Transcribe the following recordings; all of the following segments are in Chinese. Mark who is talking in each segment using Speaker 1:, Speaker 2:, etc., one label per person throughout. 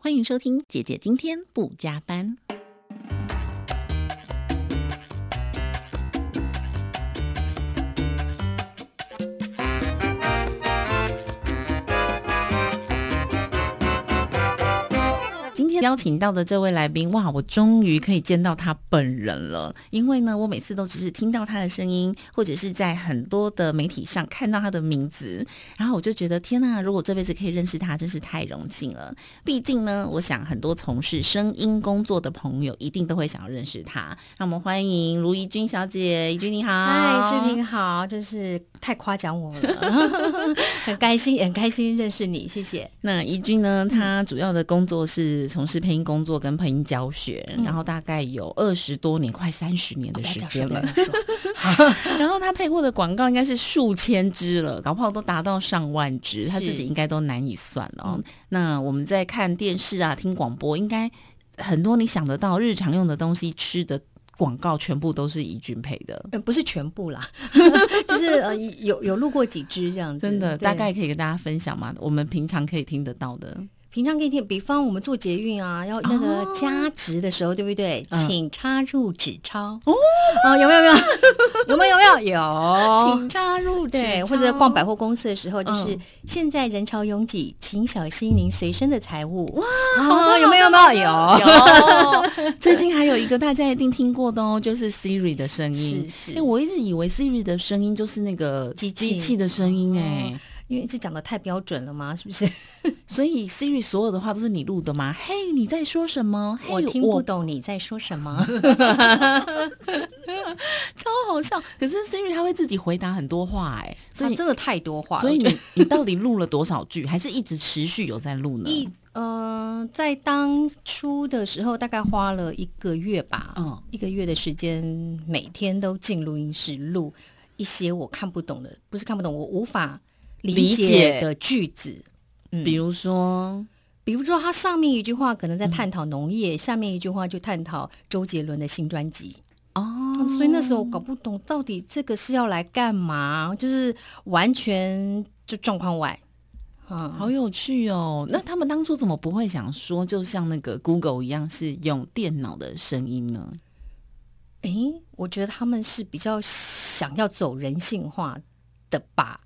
Speaker 1: 欢迎收听《姐姐今天不加班》。今天邀请到的这位来宾，哇，我终于可以见到他本人了。因为呢，我每次都只是听到他的声音，或者是在很多的媒体上看到他的名字，然后我就觉得天呐，如果这辈子可以认识他，真是太荣幸了。毕竟呢，我想很多从事声音工作的朋友一定都会想要认识他。让我们欢迎卢怡君小姐，怡君你好，
Speaker 2: 嗨，志平好，真是太夸奖我 了，很开心，很开心认识你，谢谢。
Speaker 1: 那怡君呢？她
Speaker 2: 嗯
Speaker 1: 主要的工作是从事配音工作跟配音教学，
Speaker 2: 嗯
Speaker 1: 然后大概有二十多年，快三十年的时间了。
Speaker 2: 不要这样说，
Speaker 1: 然后她配过的广告应该是数千支了，搞不好都达到上万支，
Speaker 2: 是
Speaker 1: 她自己应该都难以算了哦。
Speaker 2: 嗯
Speaker 1: 那我们在看电视啊、听广播，应该很多你想得到日常用的东西、吃的广告，全部都是怡君配的。
Speaker 2: 呃不是全部 啦，就是呃有有录过几支这样子，
Speaker 1: 真的，
Speaker 2: 对
Speaker 1: 大概可以跟大家分享吗？我们平常可以听得到的。
Speaker 2: 平常可以听，比方我们做捷运啊，要那个
Speaker 1: 哦
Speaker 2: 加值的时候，对不对？
Speaker 1: 嗯
Speaker 2: 请插入纸钞哦，啊有没有没有 有没有有没有有。
Speaker 1: 插入嗯
Speaker 2: 对，
Speaker 1: 纸
Speaker 2: 或者逛
Speaker 1: 钞
Speaker 2: 百货公司的时候，就是
Speaker 1: 嗯
Speaker 2: 现在人潮拥挤，请小心您随身的财物。哇，
Speaker 1: 好的
Speaker 2: 有没有有没有有？哦
Speaker 1: 有， 最近还有一个大家一定听过的哦，就是 Siri 的声音。
Speaker 2: 是
Speaker 1: 哎、
Speaker 2: 是
Speaker 1: 我一直以为 Siri 的声音就是那个
Speaker 2: 机器哦
Speaker 1: 机器的声音哎、
Speaker 2: 因为这讲的太标准了吗？是不是？
Speaker 1: 所以 Siri 所有的话都是你录的吗？嘿、你在说什么？嘿
Speaker 2: 我听不，懂你在说什么。
Speaker 1: 超好笑。可是 Siri 它会自己回答很多话哎、 所
Speaker 2: 他
Speaker 1: 以、
Speaker 2: 啊真的太多话了，
Speaker 1: 所以
Speaker 2: 我觉得
Speaker 1: 你你到底录了多少句？还是一直持续有在录呢？
Speaker 2: 一呃，在当初的时候，大概花了一个月吧，
Speaker 1: 嗯
Speaker 2: 一个月的时间，每天都进录音室录一些我看不懂的，不是看不懂，我无法
Speaker 1: 理
Speaker 2: 理
Speaker 1: 解
Speaker 2: 解的句子。嗯
Speaker 1: 比如说，
Speaker 2: 比如说，他上面一句话可能在
Speaker 1: 嗯
Speaker 2: 探讨农业，下面一句话就探讨周杰伦的新专辑。
Speaker 1: 哦
Speaker 2: 嗯，所以那时候我搞不懂到底这个是要来干嘛，就是完全就状况外。嗯，
Speaker 1: 好有趣哦！那他们当初怎么不会想说，就像那个 Google 一样，是用电脑的声音呢？
Speaker 2: 诶，我觉得他们是比较想要走人性化的吧，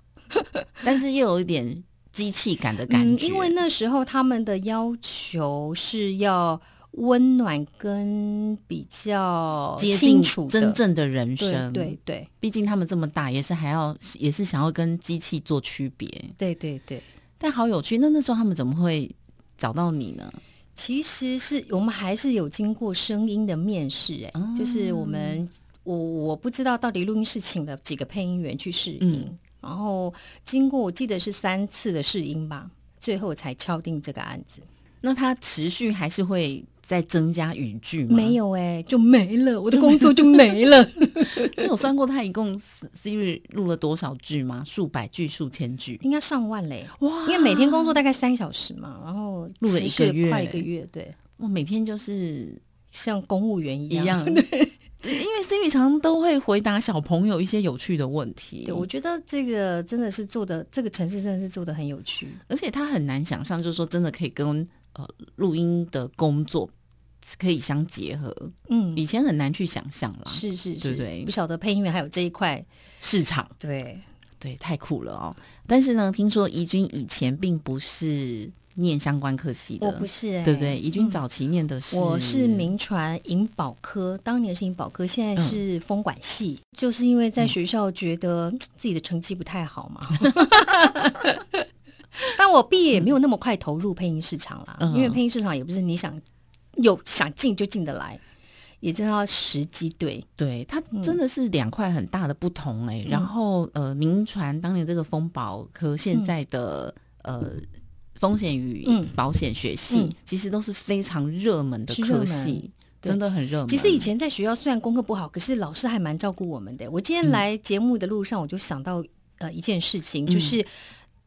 Speaker 1: 但是又有一点机器感的感觉，
Speaker 2: 嗯因为那时候他们的要求是要温暖跟比较
Speaker 1: 接近
Speaker 2: 清楚的
Speaker 1: 真正的人
Speaker 2: 对
Speaker 1: 生。
Speaker 2: 对，对
Speaker 1: 毕竟他们这么大，也是还要也是想要跟机器做区别。
Speaker 2: 对对对。
Speaker 1: 但好有趣，那那时候他们怎么会找到你呢？
Speaker 2: 其实是我们还是有经过声音的面试、诶，哎、就是我们我我不知道到底录音室请了几个配音员去试音，然后经过我记得是三次的试音吧，最后才敲定这个案子。
Speaker 1: 那他持续还是会再增加语句吗？
Speaker 2: 没有哎、就没了，我的工作就没 了。
Speaker 1: 你有算过他一共 Siri 录了多少句吗？数百句、数千句？
Speaker 2: 应该上万嘞、
Speaker 1: 哇
Speaker 2: 因为每天工作大概三小时嘛，然后
Speaker 1: 录了
Speaker 2: 持
Speaker 1: 一
Speaker 2: 续
Speaker 1: 个月
Speaker 2: 快一个月，对，
Speaker 1: 我每天就是
Speaker 2: 像公务员一
Speaker 1: 一
Speaker 2: 样。
Speaker 1: 样， 对，因为 Siri 常常都会回答小朋友一些有趣的问题，
Speaker 2: 对，我觉得这个真的是做的，这个城市真的是做的很有趣。
Speaker 1: 而且他很难想象，就是说真的可以跟呃录音的工作可以相结合，
Speaker 2: 嗯，
Speaker 1: 以前很难去想象啦。
Speaker 2: 是是
Speaker 1: 对
Speaker 2: 是，
Speaker 1: 不对
Speaker 2: 不晓得配音员还有这一块，
Speaker 1: 市场
Speaker 2: 对，
Speaker 1: 对，太酷了哦！但是呢，听说怡君以前并不是念相关科系的，
Speaker 2: 我不是、欸，
Speaker 1: 对不对？怡君早期念的是，
Speaker 2: 我是民传银保科，当年是银保科，现在是风管系，就是因为在学校觉得嗯自己的成绩不太好嘛。 但我毕业也没有那么快投入配音市场啦，
Speaker 1: 嗯
Speaker 2: 因为配音市场也不是你想有想进就进得来，也真的要时机对。
Speaker 1: 对，它
Speaker 2: 嗯
Speaker 1: 真的是两块很大的不同哎、
Speaker 2: 嗯
Speaker 1: 然后呃，民传当年这个丰保科现在的、呃风险与
Speaker 2: 嗯
Speaker 1: 保险学系、
Speaker 2: 嗯
Speaker 1: 其实都是非常热门的
Speaker 2: 是热
Speaker 1: 科
Speaker 2: 门
Speaker 1: 系，
Speaker 2: 对
Speaker 1: 真的很热门。
Speaker 2: 其实以前在学校虽然功课不好，可是老师还蛮照顾我们的。我
Speaker 1: 嗯
Speaker 2: 今天来节目的路上，我就想到呃一件事情，就是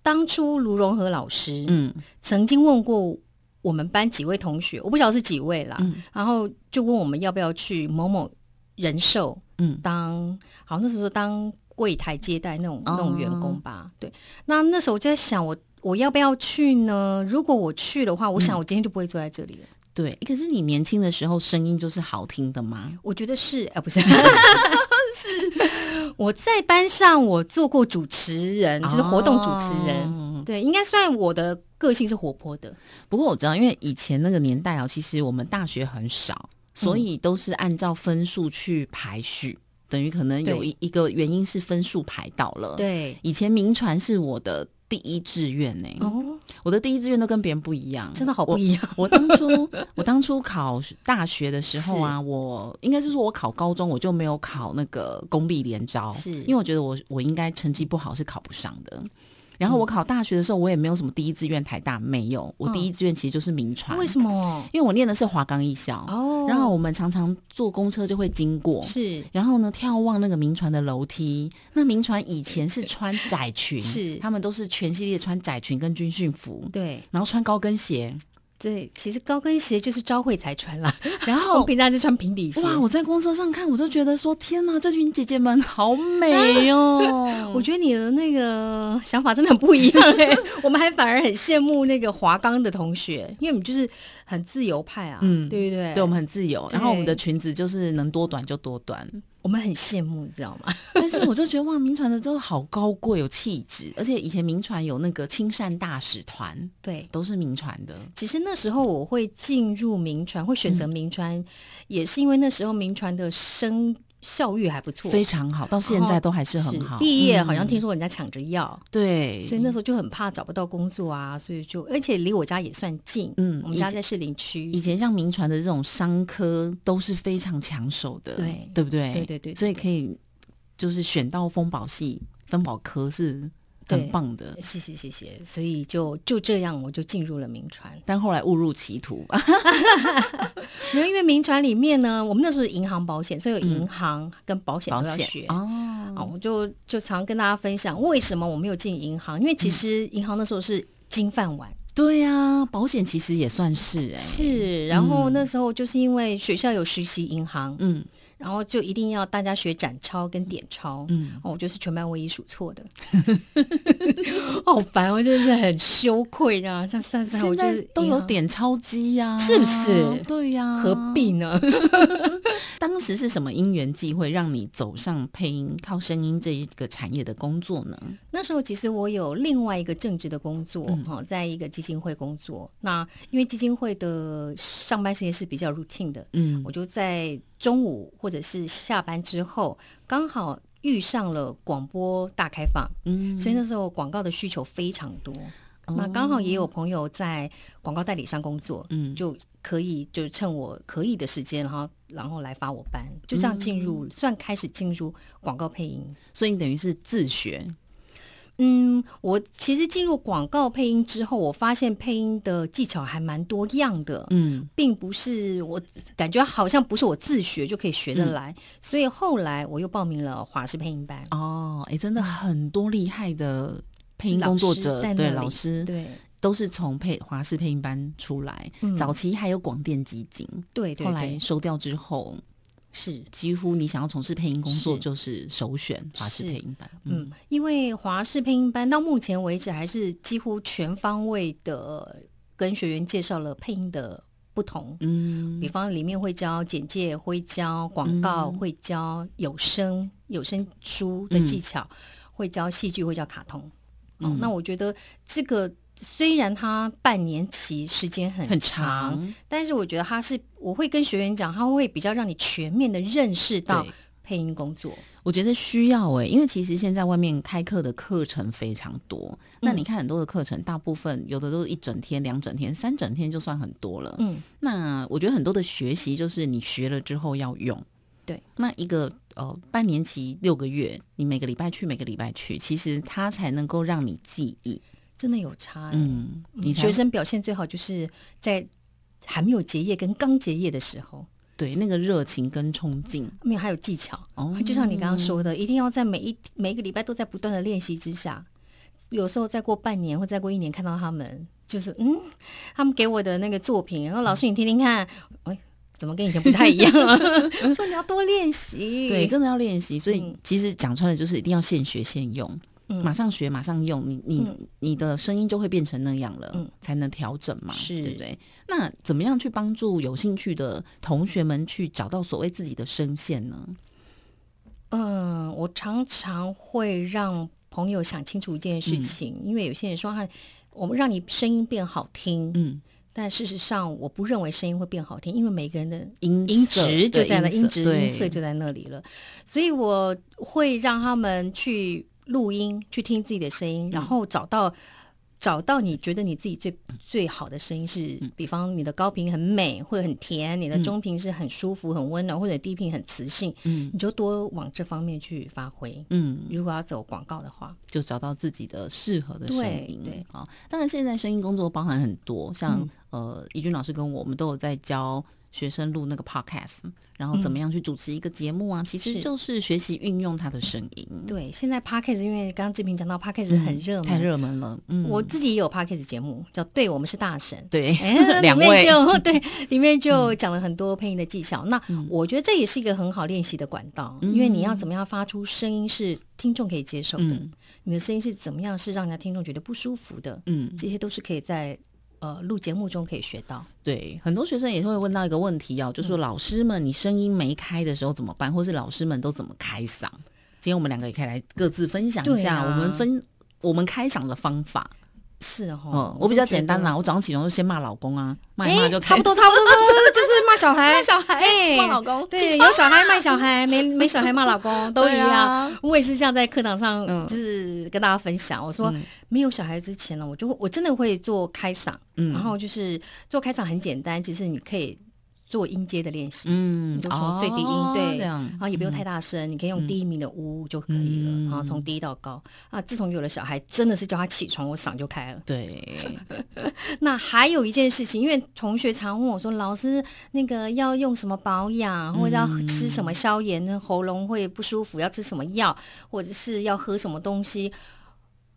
Speaker 2: 当初卢荣和老师，
Speaker 1: 嗯
Speaker 2: 曾经问过我们班几位同学，我不晓得是几位啦，
Speaker 1: 嗯
Speaker 2: 然后就问我们要不要去某某人寿
Speaker 1: 嗯
Speaker 2: 当，好那时候当柜台接待那种、
Speaker 1: 哦
Speaker 2: 那种员工吧。对，那那时候我就在想，我我要不要去呢？如果我去的话，我
Speaker 1: 嗯
Speaker 2: 想我今天就不会坐在这里了。
Speaker 1: 对，可是你年轻的时候声音就是好听的吗？
Speaker 2: 我觉得是，啊、不是，是我在班上我做过主持人，就是活动主持人。
Speaker 1: 哦
Speaker 2: 对，应该算我的个性是活泼的。
Speaker 1: 不过我知道，因为以前那个年代哦，其实我们大学很少，
Speaker 2: 嗯
Speaker 1: 所以都是按照分数去排序，等于可能有
Speaker 2: 对
Speaker 1: 一一个原因是分数排到了。，
Speaker 2: 对，
Speaker 1: 以前民传是我的第一志愿呢、
Speaker 2: 哦，
Speaker 1: 我的第一志愿都跟别人不一样，
Speaker 2: 真的好不一样。
Speaker 1: 我当初 我当初考大学的时候啊，我应该是说我考高中我就没有考那个公立联招，
Speaker 2: 是
Speaker 1: 因为我觉得我我应该成绩不好是考不上的。然后我考大学的时候，我也没有什么第一志愿台大，没有，我
Speaker 2: 嗯
Speaker 1: 第一志愿其实就是民传，
Speaker 2: 为什么？
Speaker 1: 因为我念的是华冈艺校，
Speaker 2: 哦，
Speaker 1: 然后我们常常坐公车就会经过。
Speaker 2: 是
Speaker 1: 然后呢，眺望那个民传的楼梯。那民传以前 是穿窄裙，
Speaker 2: 是
Speaker 1: 他们都是全系列穿窄裙跟军训服，
Speaker 2: 对
Speaker 1: 然后穿高跟鞋。
Speaker 2: 对，其实高跟鞋就是招会才穿啦，
Speaker 1: 然
Speaker 2: 我
Speaker 1: 后
Speaker 2: 们平常是穿平底鞋。
Speaker 1: 哦哇！我在公车上看，我就觉得说，天哪，这群姐姐们好美 哦！
Speaker 2: 我觉得你的那个想法真的很不一样哎、 我们还反而很羡慕那个华冈的同学，因为我们就是很自由派啊，
Speaker 1: 嗯
Speaker 2: 对不对？
Speaker 1: 对我们很自由，然后我们
Speaker 2: 对
Speaker 1: 的裙子就是能多短就多 短。
Speaker 2: 我们很羡慕，你知道吗？
Speaker 1: 但是我就觉得哇，民传的都好高贵，有气质，而且以前民传有那个亲善大使团，
Speaker 2: 对，
Speaker 1: 都是民传的。
Speaker 2: 其实那时候我会进入名传，会选择名传，也是因为那时候名传的声效率还不错，
Speaker 1: 非常好，到现在都还是很好。
Speaker 2: 哦毕业好像
Speaker 1: 嗯
Speaker 2: 听说人家抢着要，
Speaker 1: 对，
Speaker 2: 所以那时候就很怕找不到工作啊，所以就而且离我家也算近，
Speaker 1: 嗯
Speaker 2: 我们家在士林区
Speaker 1: 以，前像民传的这种商科都是非常抢手的，
Speaker 2: 对
Speaker 1: 对不对？
Speaker 2: 对对对
Speaker 1: 所以可以就是选到丰宝系、分宝科是很
Speaker 2: 对
Speaker 1: 棒的，
Speaker 2: 谢谢谢谢，所以就就这样我就进入了名传。
Speaker 1: 但后来误入歧途吧。
Speaker 2: 没有，因为民传里面呢，我们那时候是银行保险，所以有银行跟保险
Speaker 1: 保
Speaker 2: 都要
Speaker 1: 险
Speaker 2: 学。
Speaker 1: 哦，
Speaker 2: 啊，我就就常跟大家分享为什么我没有进银行，因为
Speaker 1: 嗯
Speaker 2: 其实银行那时候是金饭碗，
Speaker 1: 对啊，保险其实也算是哎、
Speaker 2: 是。嗯然后那时候就是因为学校有实习银行，
Speaker 1: 嗯
Speaker 2: 然后就一定要大家学展超跟点超，
Speaker 1: 嗯，
Speaker 2: 哦，我就是全班唯一数错的， 好烦，我就是很羞愧的、啊，像算算，
Speaker 1: 现
Speaker 2: 我就
Speaker 1: 在
Speaker 2: 是
Speaker 1: 都
Speaker 2: 银
Speaker 1: 有啊
Speaker 2: 行
Speaker 1: 点超机呀、
Speaker 2: 是不是
Speaker 1: 对呀、
Speaker 2: 何必呢？
Speaker 1: 当时是什么因缘际会让你走上配音、靠声音这一个产业的工作呢？
Speaker 2: 那时候其实我有另外一个正职的工作，
Speaker 1: 嗯
Speaker 2: 哈、在一个基金会工作。那因为基金会的上班时间是比较 routine 的，
Speaker 1: 嗯
Speaker 2: 我就在中午或者是下班之后，刚好遇上了广播大开放，
Speaker 1: 嗯，哦
Speaker 2: 所以那时候广告的需求非常多。那刚好也有朋友在广告代理商工作，
Speaker 1: 嗯
Speaker 2: 就可以就趁我可以的时间，然后然后来发我班，就这样进
Speaker 1: 嗯
Speaker 2: 入、算开始进入广告配音。
Speaker 1: 所以你等于是自学，
Speaker 2: 嗯，我其实进入广告配音之后，我发现配音的技巧还蛮多样的，
Speaker 1: 嗯
Speaker 2: 并不是我感觉好像不是我自学就可以学得来，所以后来我又报名了华视配音班。
Speaker 1: 哦，哎、真的很多厉害的配音
Speaker 2: 嗯老
Speaker 1: 工作
Speaker 2: 师
Speaker 1: 者
Speaker 2: 在，那
Speaker 1: 对
Speaker 2: 里
Speaker 1: 老师
Speaker 2: 对
Speaker 1: 都是从配华视配音班出来，
Speaker 2: 嗯
Speaker 1: 早期还有广电基金，
Speaker 2: 对对
Speaker 1: 后来
Speaker 2: 对，
Speaker 1: 收掉之后，
Speaker 2: 是
Speaker 1: 几乎你想要从事配音工作
Speaker 2: 是
Speaker 1: 就是首选华视
Speaker 2: 是
Speaker 1: 配音班，嗯
Speaker 2: 嗯，因为华视配音班到目前为止还是几乎全方位的跟学员介绍了配音的不同，
Speaker 1: 嗯
Speaker 2: 比方里面会教简介，会教广告，会教有声有声书的技巧，
Speaker 1: 嗯
Speaker 2: 会教戏剧，会教卡通。哦，那我觉得这个虽然它半年期时间很
Speaker 1: 嗯很
Speaker 2: 长，
Speaker 1: 长，
Speaker 2: 但是我觉得它是我会跟学员讲，它会比较让你全面的认识到
Speaker 1: 对
Speaker 2: 配音工作。
Speaker 1: 我觉得需要哎、因为其实现在外面开课的课程非常多，
Speaker 2: 嗯
Speaker 1: 那你看很多的课程，大部分有的都是一整天、两整天、三整天就算很多了，
Speaker 2: 嗯，
Speaker 1: 那我觉得很多的学习就是你学了之后要用。
Speaker 2: 对，
Speaker 1: 那一个呃半年期六个月，你每个礼拜去，每个礼拜去，其实它才能够让你记忆。
Speaker 2: 真的有差、欸。
Speaker 1: 嗯，你才
Speaker 2: 学生表现最好就是在还没有结业跟刚结业的时候，
Speaker 1: 对那个热情跟冲劲。
Speaker 2: 没有还有技巧。
Speaker 1: 哦
Speaker 2: 就像你刚刚说的，一定要在每一每一个礼拜都在不断的练习之下，有时候再过半年或再过一年看到他们，就是嗯，他们给我的那个作品，然后老师你听听看，哎，怎么跟以前不太一样啊？ 我说你要多练习，
Speaker 1: 嗯对，真的要练习。所以
Speaker 2: 嗯
Speaker 1: 其实讲穿了就是一定要现学现用。马上学，马上用，你你、你的声音就会变成那样了，
Speaker 2: 嗯
Speaker 1: 才能调整嘛，
Speaker 2: 是
Speaker 1: 对不对？那怎么样去帮助有兴趣的同学们去找到所谓自己的声线呢？
Speaker 2: 嗯，我常常会让朋友想清楚一件事情，因为有些人说啊，我们让你声音变好听，
Speaker 1: 嗯，
Speaker 2: 但事实上我不认为声音会变好听，因为每个人的
Speaker 1: 音
Speaker 2: 音
Speaker 1: 色
Speaker 2: 质就
Speaker 1: 对
Speaker 2: 在那，音质
Speaker 1: 对
Speaker 2: 音色就在那里了，所以我会让他们去录音，去听自己的声
Speaker 1: 嗯
Speaker 2: 音，然后找到。找到你觉得你自己最最好的声音是，
Speaker 1: 嗯
Speaker 2: 比方你的高频很美，或者很甜，你的中频是很舒服、很温暖，或者低频很磁性，
Speaker 1: 嗯
Speaker 2: 你就多往这方面去发挥。
Speaker 1: 嗯，
Speaker 2: 如果要走广告的话，
Speaker 1: 就找到自己的适合的声
Speaker 2: 对
Speaker 1: 音。
Speaker 2: 对嗯
Speaker 1: 啊、当然现在声音工作包含很多，像、呃，怡君老师跟我我们都有在教。学生录那个 podcast，然后怎么样去主持一个节目啊？其实
Speaker 2: 嗯是
Speaker 1: 就是学习运用他的声音。
Speaker 2: 对，现在 podcast 因为刚刚志平讲到 podcast
Speaker 1: 嗯，
Speaker 2: 很热门，
Speaker 1: 太热门了。嗯，》。
Speaker 2: 我自己也有 podcast 节目叫《对我们是大神
Speaker 1: 对
Speaker 2: 哎，
Speaker 1: 两
Speaker 2: 里面
Speaker 1: 位
Speaker 2: 就对，里面就讲了很多配音的技巧。那
Speaker 1: 嗯
Speaker 2: 我觉得这也是一个很好练习的管道，因为你要怎么样发出声音是听众可以接受的，
Speaker 1: 嗯
Speaker 2: 你的声音是怎么样是让人家听众觉得不舒服的，
Speaker 1: 嗯，
Speaker 2: 这些都是可以在呃录节目中可以学到。
Speaker 1: 对，很多学生也会问到一个问题哦，
Speaker 2: 嗯
Speaker 1: 就是说老师们，你声音没开的时候怎么办，或是老师们都怎么开嗓？今天我们两个也可以来各自分享一
Speaker 2: 对
Speaker 1: 下
Speaker 2: 啊
Speaker 1: 我们分我们开嗓的方法。
Speaker 2: 是哦
Speaker 1: 嗯，，我比较
Speaker 2: 就觉
Speaker 1: 简单
Speaker 2: 得
Speaker 1: 啦，我早上起床就先骂老公啊，骂一
Speaker 2: 哎
Speaker 1: 骂就
Speaker 2: 差
Speaker 1: 开
Speaker 2: 不多，差不多，就是骂小孩，
Speaker 1: 小孩
Speaker 2: 哎
Speaker 1: 骂老公起
Speaker 2: 对，
Speaker 1: 床啊
Speaker 2: 有小孩骂小孩，没没小孩骂 老公，都一
Speaker 1: 对
Speaker 2: 样。
Speaker 1: 啊
Speaker 2: 我也是这样在课堂
Speaker 1: 嗯
Speaker 2: 上，就是跟大家分享，我说、没有小孩之前呢，我就会我真的会做开嗓，
Speaker 1: 嗯
Speaker 2: 然后就是做开嗓很简单，其实你可以做音阶的练习，
Speaker 1: 嗯
Speaker 2: 你就从最低音、
Speaker 1: 哦
Speaker 2: 对，
Speaker 1: 这样
Speaker 2: 然后也不用太大声，你可以用第一名的呜就可以了，
Speaker 1: 嗯
Speaker 2: 然后从低到高啊。自从有了小孩，真的是叫他起床，我嗓就开了。
Speaker 1: 对，
Speaker 2: 那还有一件事情，因为同学常问我说：“老师，那个要用什么保养，或者要吃什么消炎呢？喉咙会不舒服，要吃什么药，或者是要喝什么东西？”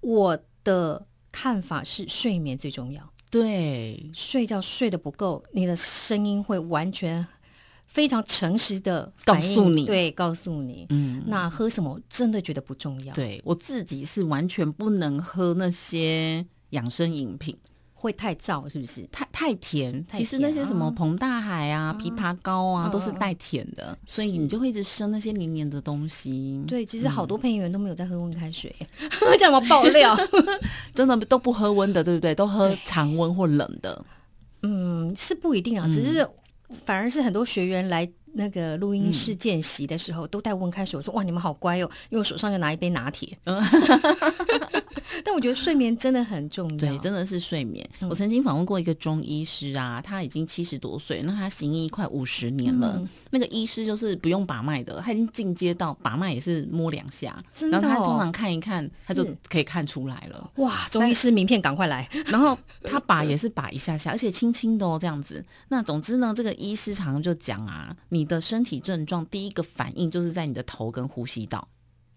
Speaker 2: 我的看法是，睡眠最重要。
Speaker 1: 对，
Speaker 2: 睡觉睡得不够，你的声音会完全非常诚实的
Speaker 1: 告诉你
Speaker 2: 对，告诉你。
Speaker 1: 嗯，
Speaker 2: 那喝什么我真的觉得不重要，
Speaker 1: 对我自己是完全不能喝那些养生饮品。
Speaker 2: 会太燥，是不是？
Speaker 1: 太太甜，
Speaker 2: 太
Speaker 1: 其实那些
Speaker 2: 甜
Speaker 1: 什么
Speaker 2: 啊
Speaker 1: 膨大海啊、枇杷膏啊，
Speaker 2: 嗯
Speaker 1: 都是
Speaker 2: 嗯嗯
Speaker 1: 带甜的，所以你就会一直生那些黏黏的东西。，
Speaker 2: 对，其实好多配音员都没有在喝温开水， 这样我爆料。
Speaker 1: 真的都不喝温的，对不对？都喝
Speaker 2: 对
Speaker 1: 常温或冷的。
Speaker 2: 嗯，是不一定啊，只是反而是很多学员来那个录音室见习的时候，都带温开水。我说哇，你们好乖哦，因为我手上就拿一杯 拿铁。
Speaker 1: 嗯
Speaker 2: 但我觉得睡眠真的很重要，
Speaker 1: 对，真的是睡眠。
Speaker 2: 嗯
Speaker 1: 我曾经访问过一个中医师啊，他已经七十多岁，那他行医快五十年了。
Speaker 2: 嗯
Speaker 1: 那个医师就是不用把脉的，他已经进阶到把脉也是摸两下，
Speaker 2: 真的
Speaker 1: 然
Speaker 2: 哦
Speaker 1: 后他通常看一看，他就是可以看出来了。
Speaker 2: 哇，中医师名片赶快来，
Speaker 1: 然后他把也是把一下下，而且轻轻的哦，这样子。那总之呢，这个医师常常就讲啊，你的身体症状第一个反应就是在你的头跟呼吸道。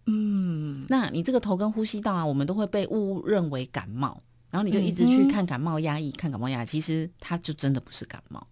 Speaker 1: 嗯，那你这个头跟呼吸道啊，我们都会被误认为感冒，然后你就一直去
Speaker 2: 嗯哼
Speaker 1: 看感冒压抑，看感冒压抑，其实它就真的不是感冒。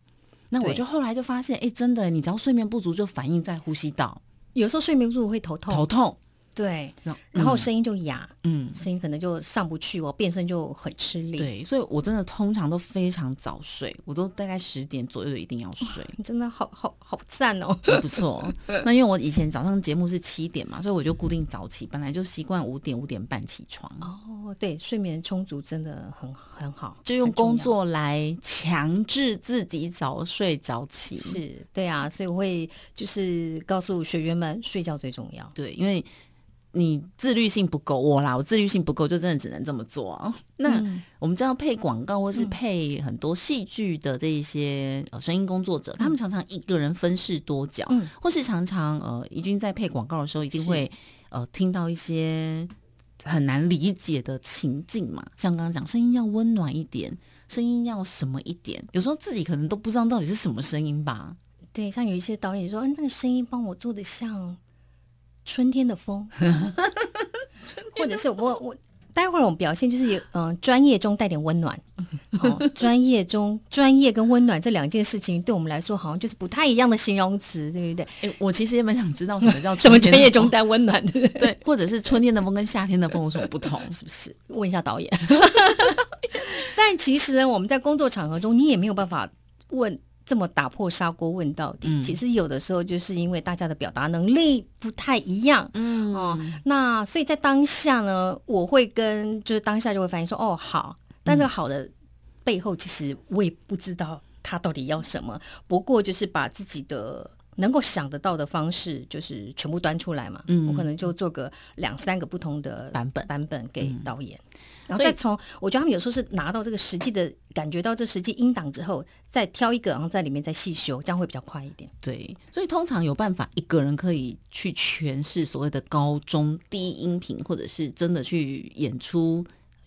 Speaker 1: 那我
Speaker 2: 对
Speaker 1: 就后来就发现，哎，真的，你只要睡眠不足，就反映在呼吸道、
Speaker 2: 有时候睡眠不足会头痛，
Speaker 1: 头痛，嗯
Speaker 2: 对，
Speaker 1: 然
Speaker 2: 然后声音就哑，
Speaker 1: 嗯，
Speaker 2: 声音可能就上不去哦，变声就很吃力。，
Speaker 1: 对，所以我真的通常都非常早睡，我都大概十点左右一定要睡。
Speaker 2: 你真的好好好赞哦。
Speaker 1: 还不错。那因为我以前早上节目是七点嘛，所以我就固定早起，本来就习惯五点五点半起床，
Speaker 2: 哦，对，睡眠充足真的很很好，
Speaker 1: 就用
Speaker 2: 很重
Speaker 1: 工
Speaker 2: 要
Speaker 1: 作来强制自己早睡早起。
Speaker 2: 是对啊，所以我会就是告诉学员们，睡觉最重要。
Speaker 1: 对，因为你自律性不够，我啦，我自律性不够，就真的只能这么做啊。那、
Speaker 2: 嗯
Speaker 1: 我们知道配广告或是配很多戏剧的这一些呃声音工作者，他们常常一个人分饰多角，
Speaker 2: 嗯
Speaker 1: 或是常常呃，怡君在配广告的时候，一定会呃听到一些很难理解的情境嘛，像刚刚讲声音要温暖一点。声音要什么一点？有时候自己可能都不知道到底是什么声音吧。
Speaker 2: 对，像有一些导演说，嗯，那个声音帮我做 的像春天的风，或者是我我待会儿我们表现就是有嗯、专业中带点温暖，哦，专业中专业跟温暖这两件事情对我们来说好像就是不太一样的形容词，对不对？
Speaker 1: 哎、我其实也蛮想知道什么叫
Speaker 2: 什么
Speaker 1: 春天
Speaker 2: 专业
Speaker 1: 的
Speaker 2: 中
Speaker 1: 风
Speaker 2: 带温暖，对不对？
Speaker 1: 对，或者是春天的风跟夏天的风有什么不同？是不 是？
Speaker 2: 问一下导演。但其实呢，我们在工作场合中，你也没有办法问这么打破砂锅问到底。
Speaker 1: 嗯
Speaker 2: 其实有的时候就是因为大家的表达能力不太一样。
Speaker 1: 嗯
Speaker 2: 哦，那所以在当下呢，我会跟就是当下就会反映说，哦好，但这个好的背后，其实我也不知道他到底要什么。不过就是把自己的能够想得到的方式，就是全部端出来嘛。
Speaker 1: 嗯
Speaker 2: 我可能就做个两三个不同的
Speaker 1: 版本
Speaker 2: 版本给导演，然后
Speaker 1: 所以
Speaker 2: 再从我觉得他们有时候是拿到这个实际的感觉到这实际音档之后，再挑一个，然后在里面再细修，这样会比较快一点。
Speaker 1: 对，所以通常有办法一个人可以去诠释所谓的高中低音频，或者是真的去演出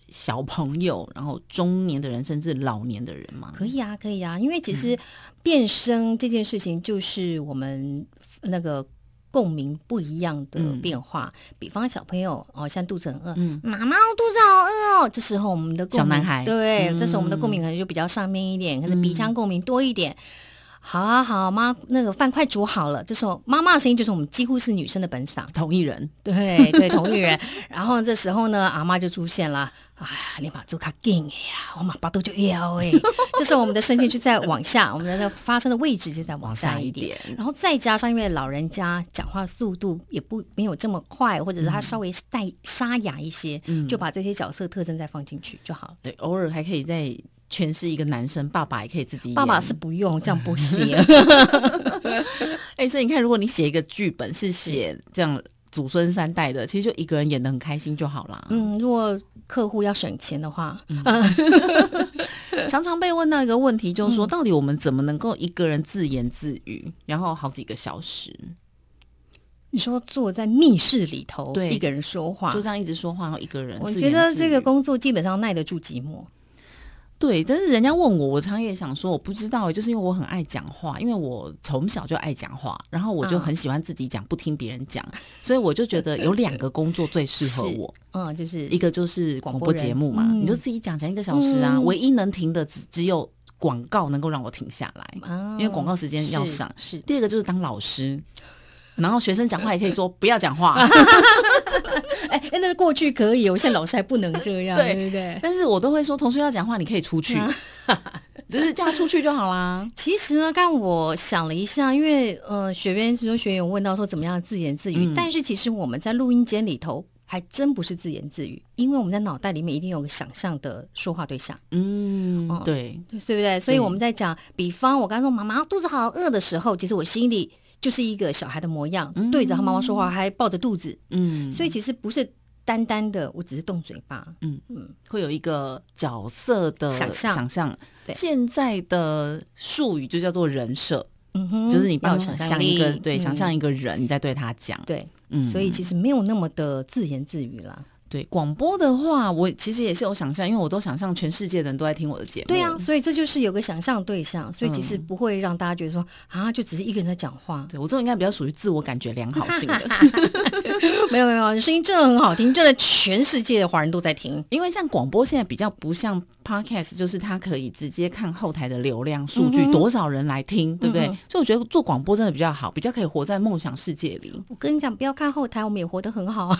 Speaker 1: 小朋友，然后中年的人甚至老年的人嘛。
Speaker 2: 可以啊，可以啊，因为
Speaker 1: 嗯
Speaker 2: 其实变声这件事情就是我们那个共鸣不一样的
Speaker 1: 嗯
Speaker 2: 变化。比方小朋友哦，像肚子很饿，
Speaker 1: 嗯
Speaker 2: 妈妈，我肚子好饿哦。这时候我们的共鸣
Speaker 1: 小男孩
Speaker 2: 对，
Speaker 1: 嗯
Speaker 2: 这时候我们的共鸣可能就比较上面一点，可能鼻腔共鸣多一
Speaker 1: 嗯
Speaker 2: 点。好啊，好啊妈，那个饭快煮好了。这时候妈妈的声音就是我们几乎是女生的本嗓，
Speaker 1: 同一人，
Speaker 2: 对对，同一人。然后这时候呢，阿妈就出现了。哎呀，你把做卡紧的呀，我马巴肚就要 哎。这时候我们的声线就在往下，我们的那个发声的位置就在往下一点。
Speaker 1: 点。
Speaker 2: 然后再加上，因为老人家讲话速度也不没有这么快，或者是他稍微带沙哑一些，就把这些角色特征再放进去就好了。
Speaker 1: 对，偶尔还可以再诠释一个男生，爸爸也可以自己演。
Speaker 2: 爸爸是不用，这样不 行。
Speaker 1: 哎、所以你看，如果你写一个剧本是写这样祖孙三代的，其实就一个人演的很开心就好啦。
Speaker 2: 嗯，如果客户要省钱的话，
Speaker 1: 常常被问到一个问题，就是
Speaker 2: 嗯
Speaker 1: 说，到底我们怎么能够一个人自言自语，然后好几个小时，
Speaker 2: 你说坐在密室里头
Speaker 1: 对
Speaker 2: 一个人说话
Speaker 1: 就，这样一直说话，然后一个人自
Speaker 2: 我
Speaker 1: 言自语？
Speaker 2: 觉得这个工作基本上耐得住寂寞。
Speaker 1: 对，但是人家问我，我常也想说，我不知道，就是因为我很爱讲话，因为我从小就爱讲话，然后我就
Speaker 2: 嗯
Speaker 1: 很喜欢自己讲，不听别人讲，所以我就觉得有两个工作最适合
Speaker 2: 是
Speaker 1: 我，
Speaker 2: 嗯，就是
Speaker 1: 一个就是广播节目嘛，
Speaker 2: 广播人嗯
Speaker 1: 你就自己讲讲一个小时啊，
Speaker 2: 嗯
Speaker 1: 唯一能停的只只有广告能够让我停下来。
Speaker 2: 啊
Speaker 1: 因为广告时间要上
Speaker 2: 是是
Speaker 1: 第二个就是当老师，然后学生讲话也可以说不要讲 话，
Speaker 2: 哎、哎那过去可以哦，现在老师还不能 这样，
Speaker 1: 对
Speaker 2: 对不对？
Speaker 1: 但是我都会说同学要讲话，你可以出去，嗯只是叫他出去 就好啦。
Speaker 2: 其实呢，刚我想了一下，因为呃，学员很多学员问到说怎么样自言自语，
Speaker 1: 嗯
Speaker 2: 但是其实我们在录音间里头还真不是自言自语，因为我们在脑袋里面一定有个想象的说话对象，
Speaker 1: 嗯，
Speaker 2: 哦
Speaker 1: 对，嗯
Speaker 2: 对不对？所以我们在讲，比方我刚说妈妈肚子好饿的时候，其实我心里就是一个小孩的模样，对着他妈妈说话，还抱着肚子，
Speaker 1: 嗯，
Speaker 2: 所以其实不是单单的，我只是动嘴巴，
Speaker 1: 会有一个角色的
Speaker 2: 想象
Speaker 1: 想象
Speaker 2: 对
Speaker 1: 现在的术语就叫做人设，
Speaker 2: 嗯哼
Speaker 1: 就是你
Speaker 2: 要
Speaker 1: 帮
Speaker 2: 有
Speaker 1: 他
Speaker 2: 想象
Speaker 1: 哦想
Speaker 2: 力，
Speaker 1: 一个对，
Speaker 2: 嗯
Speaker 1: 想象一个人，你在对他讲。
Speaker 2: 对，
Speaker 1: 嗯
Speaker 2: 所以其实没有那么的自言自语啦。
Speaker 1: 对广播的话，我其实也是有想象，因为我都想象全世界的人都在听我的节目。。
Speaker 2: 对啊，所以这就是有个想象对象，所以其实不会让大家觉得说、啊，就只是一个人在讲话
Speaker 1: 对我这种应该比较属于自我感觉良好型 的，
Speaker 2: 没有没有，你声音真的很好听，真的全世界的华人都在听。
Speaker 1: 因为像广播现在比较不像 podcast，就是它可以直接看后台的流量数据，
Speaker 2: 嗯哼
Speaker 1: 多少人来听，对不对？
Speaker 2: 嗯哼
Speaker 1: 所以我觉得做广播真的比较好，比较可以活在梦想世界里。
Speaker 2: 我跟你讲，不要看后台，我们也活得很好。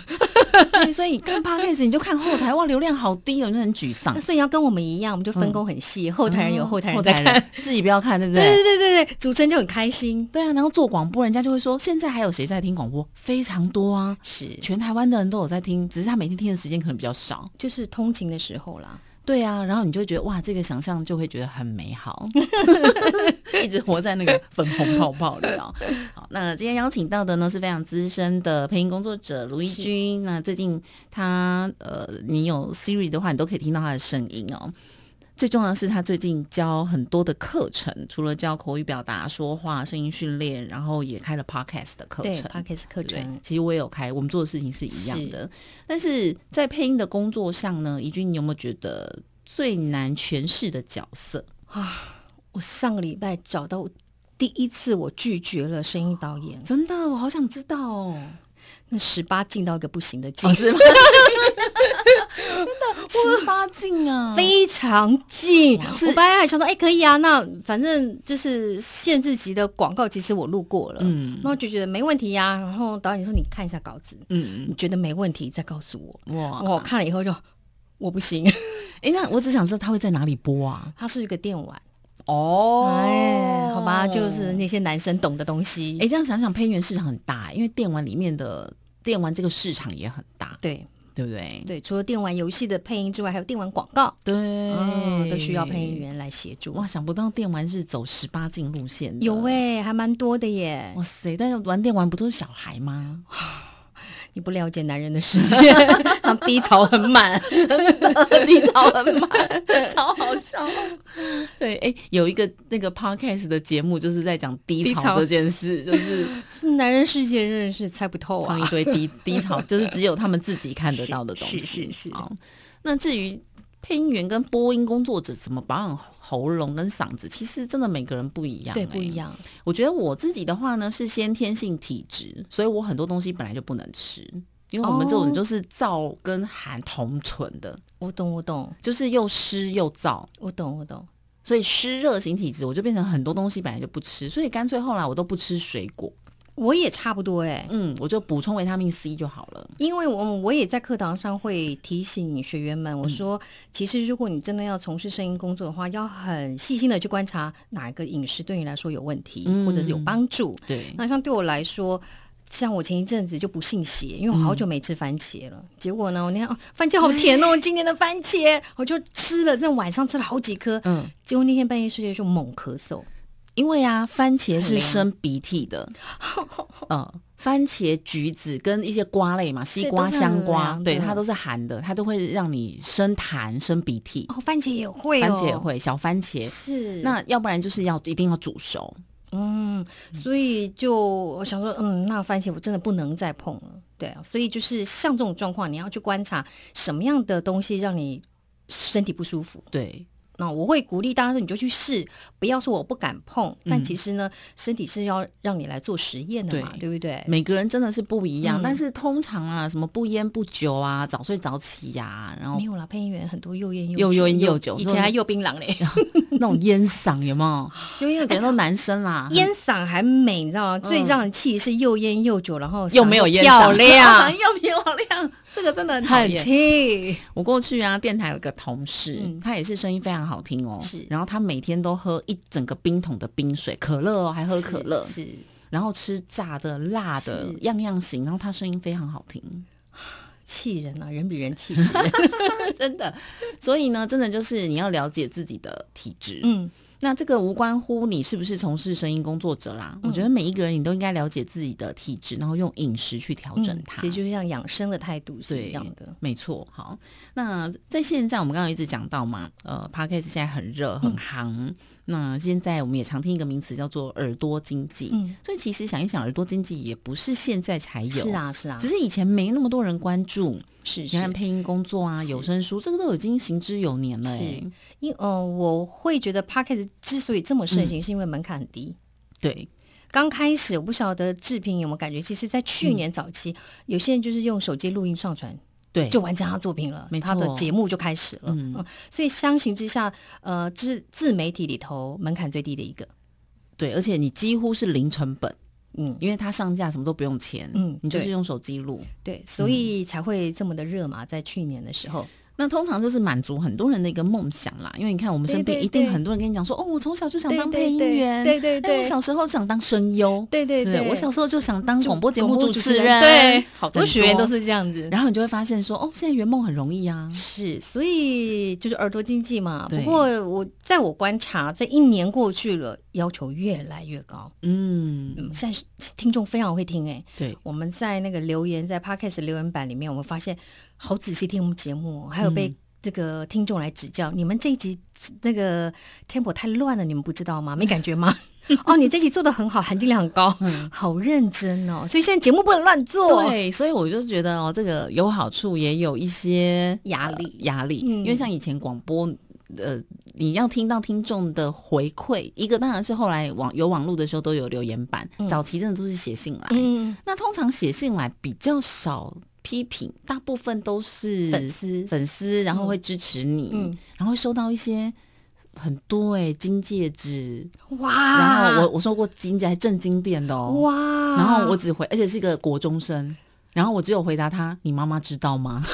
Speaker 1: 对，所以看 podcast 你就看后台，哇，流量好低哦，你就很沮丧嗯
Speaker 2: 那。所以要跟我们一样，我们就分工很细，后台人有后台人
Speaker 1: 后
Speaker 2: 在
Speaker 1: 台
Speaker 2: 看。
Speaker 1: 人自己不要看，对不
Speaker 2: 对
Speaker 1: 对？
Speaker 2: 对对对对，主持人就很开心。
Speaker 1: 对啊，然后做广播，人家就会说，现在还有谁在听广播？非常多啊，
Speaker 2: 是，
Speaker 1: 全台湾的人都有在听，只是他每天听的时间可能比较少。
Speaker 2: 就是通勤的时候啦。
Speaker 1: 对啊，然后你就会觉得哇，这个想象就会觉得很美 好，一直活在那个粉红泡泡里啊、好，那今天邀请到的呢是非常资深的配音工作者卢一
Speaker 2: 是
Speaker 1: 君。那最近他呃，你有 Siri 的话，你都可以听到他的声音哦。最重要的是，他最近教很多的课程，除了教口语表达、说话、声音训练，然后也开了 podcast 的课
Speaker 2: 对
Speaker 1: 程。
Speaker 2: ，Podcast 课
Speaker 1: 对
Speaker 2: 程，。
Speaker 1: 其实我也有开，我们做的事情是一样的。但是在配音的工作上呢，怡君，你有没有觉得最难诠释的角色？
Speaker 2: 我上个礼拜找到第一次我拒绝了声音导 演，
Speaker 1: 真的，我好想知道哦。
Speaker 2: 那十八进到一个不行的进
Speaker 1: 哦，，是吗？真的十八禁啊！
Speaker 2: 非常近。
Speaker 1: 是
Speaker 2: 我本来还想说，哎、可以啊，那反正就是限制级的广告，其实我录过了，
Speaker 1: 嗯
Speaker 2: 那我就觉得没问题呀、然后导演说，你看一下稿子，
Speaker 1: 嗯，
Speaker 2: 你觉得没问题再告诉我。
Speaker 1: 哇，
Speaker 2: 我看了以后就我不行，
Speaker 1: 哎，那我只想知道他会在哪里播啊？
Speaker 2: 它是一个电玩，
Speaker 1: 哦
Speaker 2: 哎，好吧，就是那些男生懂的东西。
Speaker 1: 哎，这样想想，配音员市场很大，因为电玩里面的电玩这个市场也很大，
Speaker 2: 对
Speaker 1: 对不对？
Speaker 2: 对，除了电玩游戏的配音之外，还有电玩广告，
Speaker 1: 对，啊
Speaker 2: 嗯，都需要配音。员来协助。
Speaker 1: 哇，想不到电玩是走十八禁路线的，
Speaker 2: 有哎、还蛮多的耶
Speaker 1: 哇！塞！但是玩电玩不都是小孩吗？
Speaker 2: 你不了解男人的世界， 他低潮很满。
Speaker 1: 低潮很满，超好笑。 对，哎、有一个那个 podcast 的节目，就是在讲低
Speaker 2: 低
Speaker 1: 潮
Speaker 2: 潮
Speaker 1: 这件 事，就是
Speaker 2: 是男人世界真的是猜不透
Speaker 1: 放
Speaker 2: 啊！
Speaker 1: 一堆 低低潮，就是只有他们自己看得到的东西。
Speaker 2: 是是是
Speaker 1: 好那至于配音员跟播音工作者怎么保养喉咙跟嗓子，其实真的每个人不一样、
Speaker 2: 对，不一
Speaker 1: 样。
Speaker 2: 样。
Speaker 1: 我觉得我自己的话呢，是先天性体质，所以我很多东西本来就不能吃。因为我们这种
Speaker 2: 哦
Speaker 1: 人就是燥跟寒同存的，
Speaker 2: 我懂，我懂，
Speaker 1: 就是又湿又燥，
Speaker 2: 我懂，我懂。
Speaker 1: 所以湿热型体质，我就变成很多东西本来就不吃，所以干脆后来我都不吃水果，
Speaker 2: 我也差不多哎、
Speaker 1: 嗯，我就补充维他命 C 就好了。
Speaker 2: 因为我我也在课堂上会提醒学员们，我说，其实如果你真的要从事声音工作的话，要很细心的去观察哪一个饮食对你来说有问题，
Speaker 1: 嗯
Speaker 2: 或者是有帮助。
Speaker 1: 对，
Speaker 2: 那像对我来说。像我前一阵子就不信邪，因为我好久没吃番茄
Speaker 1: 嗯
Speaker 2: 了。结果呢，我那天、哦、番茄好 甜哦，今年的番茄，我就吃了，这晚上吃了好几颗。
Speaker 1: 嗯，
Speaker 2: 结果那天半夜睡觉就猛咳嗽，
Speaker 1: 因为啊，番茄是
Speaker 2: 凉
Speaker 1: 生鼻涕 的，嗯，番茄、橘子跟一些瓜类嘛，西
Speaker 2: 对
Speaker 1: 瓜、
Speaker 2: 都是
Speaker 1: 香
Speaker 2: 很
Speaker 1: 瓜，
Speaker 2: 凉
Speaker 1: 对，
Speaker 2: 的
Speaker 1: 它都是寒的，它都会让你生痰、生鼻涕。
Speaker 2: 哦，番茄也会、哦，
Speaker 1: 番茄也会，小番茄。
Speaker 2: 是
Speaker 1: 那要不然就是要一定要煮熟，
Speaker 2: 嗯，所以就我想说，嗯，那番茄我真的不能再碰了，对啊，所以就是像这种状况，你要去观察什么样的东西让你身体不舒服。
Speaker 1: 对，
Speaker 2: 那我会鼓励大家说，你就去试，不要说我不敢碰，但
Speaker 1: 嗯
Speaker 2: 其实呢，身体是要让你来做实验的嘛，
Speaker 1: 对
Speaker 2: 对不对？
Speaker 1: 每个人真的是不一样，
Speaker 2: 嗯
Speaker 1: 但是通常啊，什么不烟不酒啊，早睡早起呀、然后
Speaker 2: 没有啦，配音员很多又烟
Speaker 1: 又
Speaker 2: 酒
Speaker 1: 烟又酒
Speaker 2: 以前还又槟榔 嘞，
Speaker 1: 那种烟嗓有没 有？因为那感觉都男生啦，
Speaker 2: 烟嗓还美，你知道吗？最让人气是又烟又酒，然后
Speaker 1: 嗯又没有
Speaker 2: 嗓音
Speaker 1: 烟嗓
Speaker 2: 漂 亮，
Speaker 1: 又漂 亮，这个真的很讨
Speaker 2: 很
Speaker 1: 厌。
Speaker 2: 气，
Speaker 1: 我过去啊，电台有个同事，
Speaker 2: 嗯
Speaker 1: 他也是声音非常好听哦。
Speaker 2: 是
Speaker 1: 然后他每天都喝一整个冰桶的冰水，可乐哦，还喝可乐，
Speaker 2: 是。是
Speaker 1: 然后吃炸的、辣的，
Speaker 2: 是
Speaker 1: 样样行。然后他声音非常好听，
Speaker 2: 气人啊，人比人 气死人。
Speaker 1: 真的。所以呢，真的就是你要了解自己的体质。
Speaker 2: 嗯，
Speaker 1: 那这个无关乎你是不是从事声音工作者啦，我觉得每一个人你都应该了解自己的体质，然后用饮食去调整它。
Speaker 2: 嗯其实就像养生的态度是
Speaker 1: 对
Speaker 2: 一样的。
Speaker 1: 没错，好，那在现在我们刚刚一直讲到嘛，呃 p o d c a s t 现在很热
Speaker 2: 嗯
Speaker 1: 很行，那现在我们也常听一个名词叫做耳朵经济，
Speaker 2: 嗯，
Speaker 1: 所以其实想一想，耳朵经济也不是现在才有，
Speaker 2: 是，啊，是啊
Speaker 1: 只，是以前没那么多人关注，
Speaker 2: 是
Speaker 1: 你看
Speaker 2: 是。
Speaker 1: 配音工作啊、
Speaker 2: 是
Speaker 1: 有声书，这个都已经行之有年了、欸
Speaker 2: 是，因嗯、呃，我会觉得 p o c k e t 之所以这么
Speaker 1: 嗯
Speaker 2: 盛行，是因为门槛很低。
Speaker 1: 对，
Speaker 2: 刚开始我不晓得志平有没有感觉，其实，在
Speaker 1: 嗯
Speaker 2: 去年早期，有些人就是用手机录音上传，
Speaker 1: 对，
Speaker 2: 就完成他作品了
Speaker 1: 没，
Speaker 2: 他
Speaker 1: 错
Speaker 2: 的节目就开始了。
Speaker 1: 嗯
Speaker 2: 所以相形之下，呃，这是自媒体里头门槛最低的一个。
Speaker 1: 对，而且你几乎是零成本，
Speaker 2: 嗯，
Speaker 1: 因为它上架什么都不用钱，
Speaker 2: 嗯
Speaker 1: 你就是
Speaker 2: 对
Speaker 1: 用手嗯机录。
Speaker 2: 对，所以才会这么的热嘛，在去年的时候。
Speaker 1: 那通常就是满足很多人的一个梦想啦，因为你看我们身边
Speaker 2: 对对
Speaker 1: 一定
Speaker 2: 对
Speaker 1: 很多人跟你讲说，哦，我从小就想
Speaker 2: 对
Speaker 1: 当
Speaker 2: 对
Speaker 1: 配音
Speaker 2: 对
Speaker 1: 员，
Speaker 2: 对对
Speaker 1: 哎，
Speaker 2: 对
Speaker 1: 我小时候想当声优，
Speaker 2: 对对
Speaker 1: 对，我小时候就想当
Speaker 2: 就
Speaker 1: 广播节目
Speaker 2: 广播
Speaker 1: 主
Speaker 2: 主
Speaker 1: 持
Speaker 2: 持人
Speaker 1: 人，
Speaker 2: 对，
Speaker 1: 好哦
Speaker 2: 我
Speaker 1: 多
Speaker 2: 学员都，是这样子。
Speaker 1: 然后你就会发现说，哦，现在圆梦很容易啊，
Speaker 2: 是，所以就是耳朵经济嘛。不
Speaker 1: 对
Speaker 2: 过我在我观察，这一年过去了，要求越来越高。
Speaker 1: 嗯，
Speaker 2: 嗯，现在是听众非常会听哎、
Speaker 1: 对，
Speaker 2: 我们在那个留言在 podcast 留言板里面，我们发现好仔细听我们节目哦，还有
Speaker 1: 嗯
Speaker 2: 被这个听众来指教，你们这一集那个 tempo 太乱了，你们不知 道吗？没感觉吗？哦，你这集做的很好，含金量很高，好认真哦。所以现在节目不能乱做，
Speaker 1: 嗯对，所以我就觉得哦，这个有好处，也有一些
Speaker 2: 压力
Speaker 1: 压力，因
Speaker 2: 嗯
Speaker 1: 为像以前广播。呃，你要听到听众的回馈，一个当然是后来网有网络的时候都有留言板，
Speaker 2: 嗯
Speaker 1: 早期真的都是写信来。
Speaker 2: 嗯，
Speaker 1: 那通常写信来比较少批评，大部分都是
Speaker 2: 嗯粉丝，
Speaker 1: 粉丝，然后会支持你，
Speaker 2: 嗯
Speaker 1: 然后会收到一些很多哎、金戒指，
Speaker 2: 哇，
Speaker 1: 然后我我收过金戒，还正经店的哦，
Speaker 2: 哇，
Speaker 1: 然后我只回，而且是一个国中生。然后我只有回答他：“你妈妈知道吗？？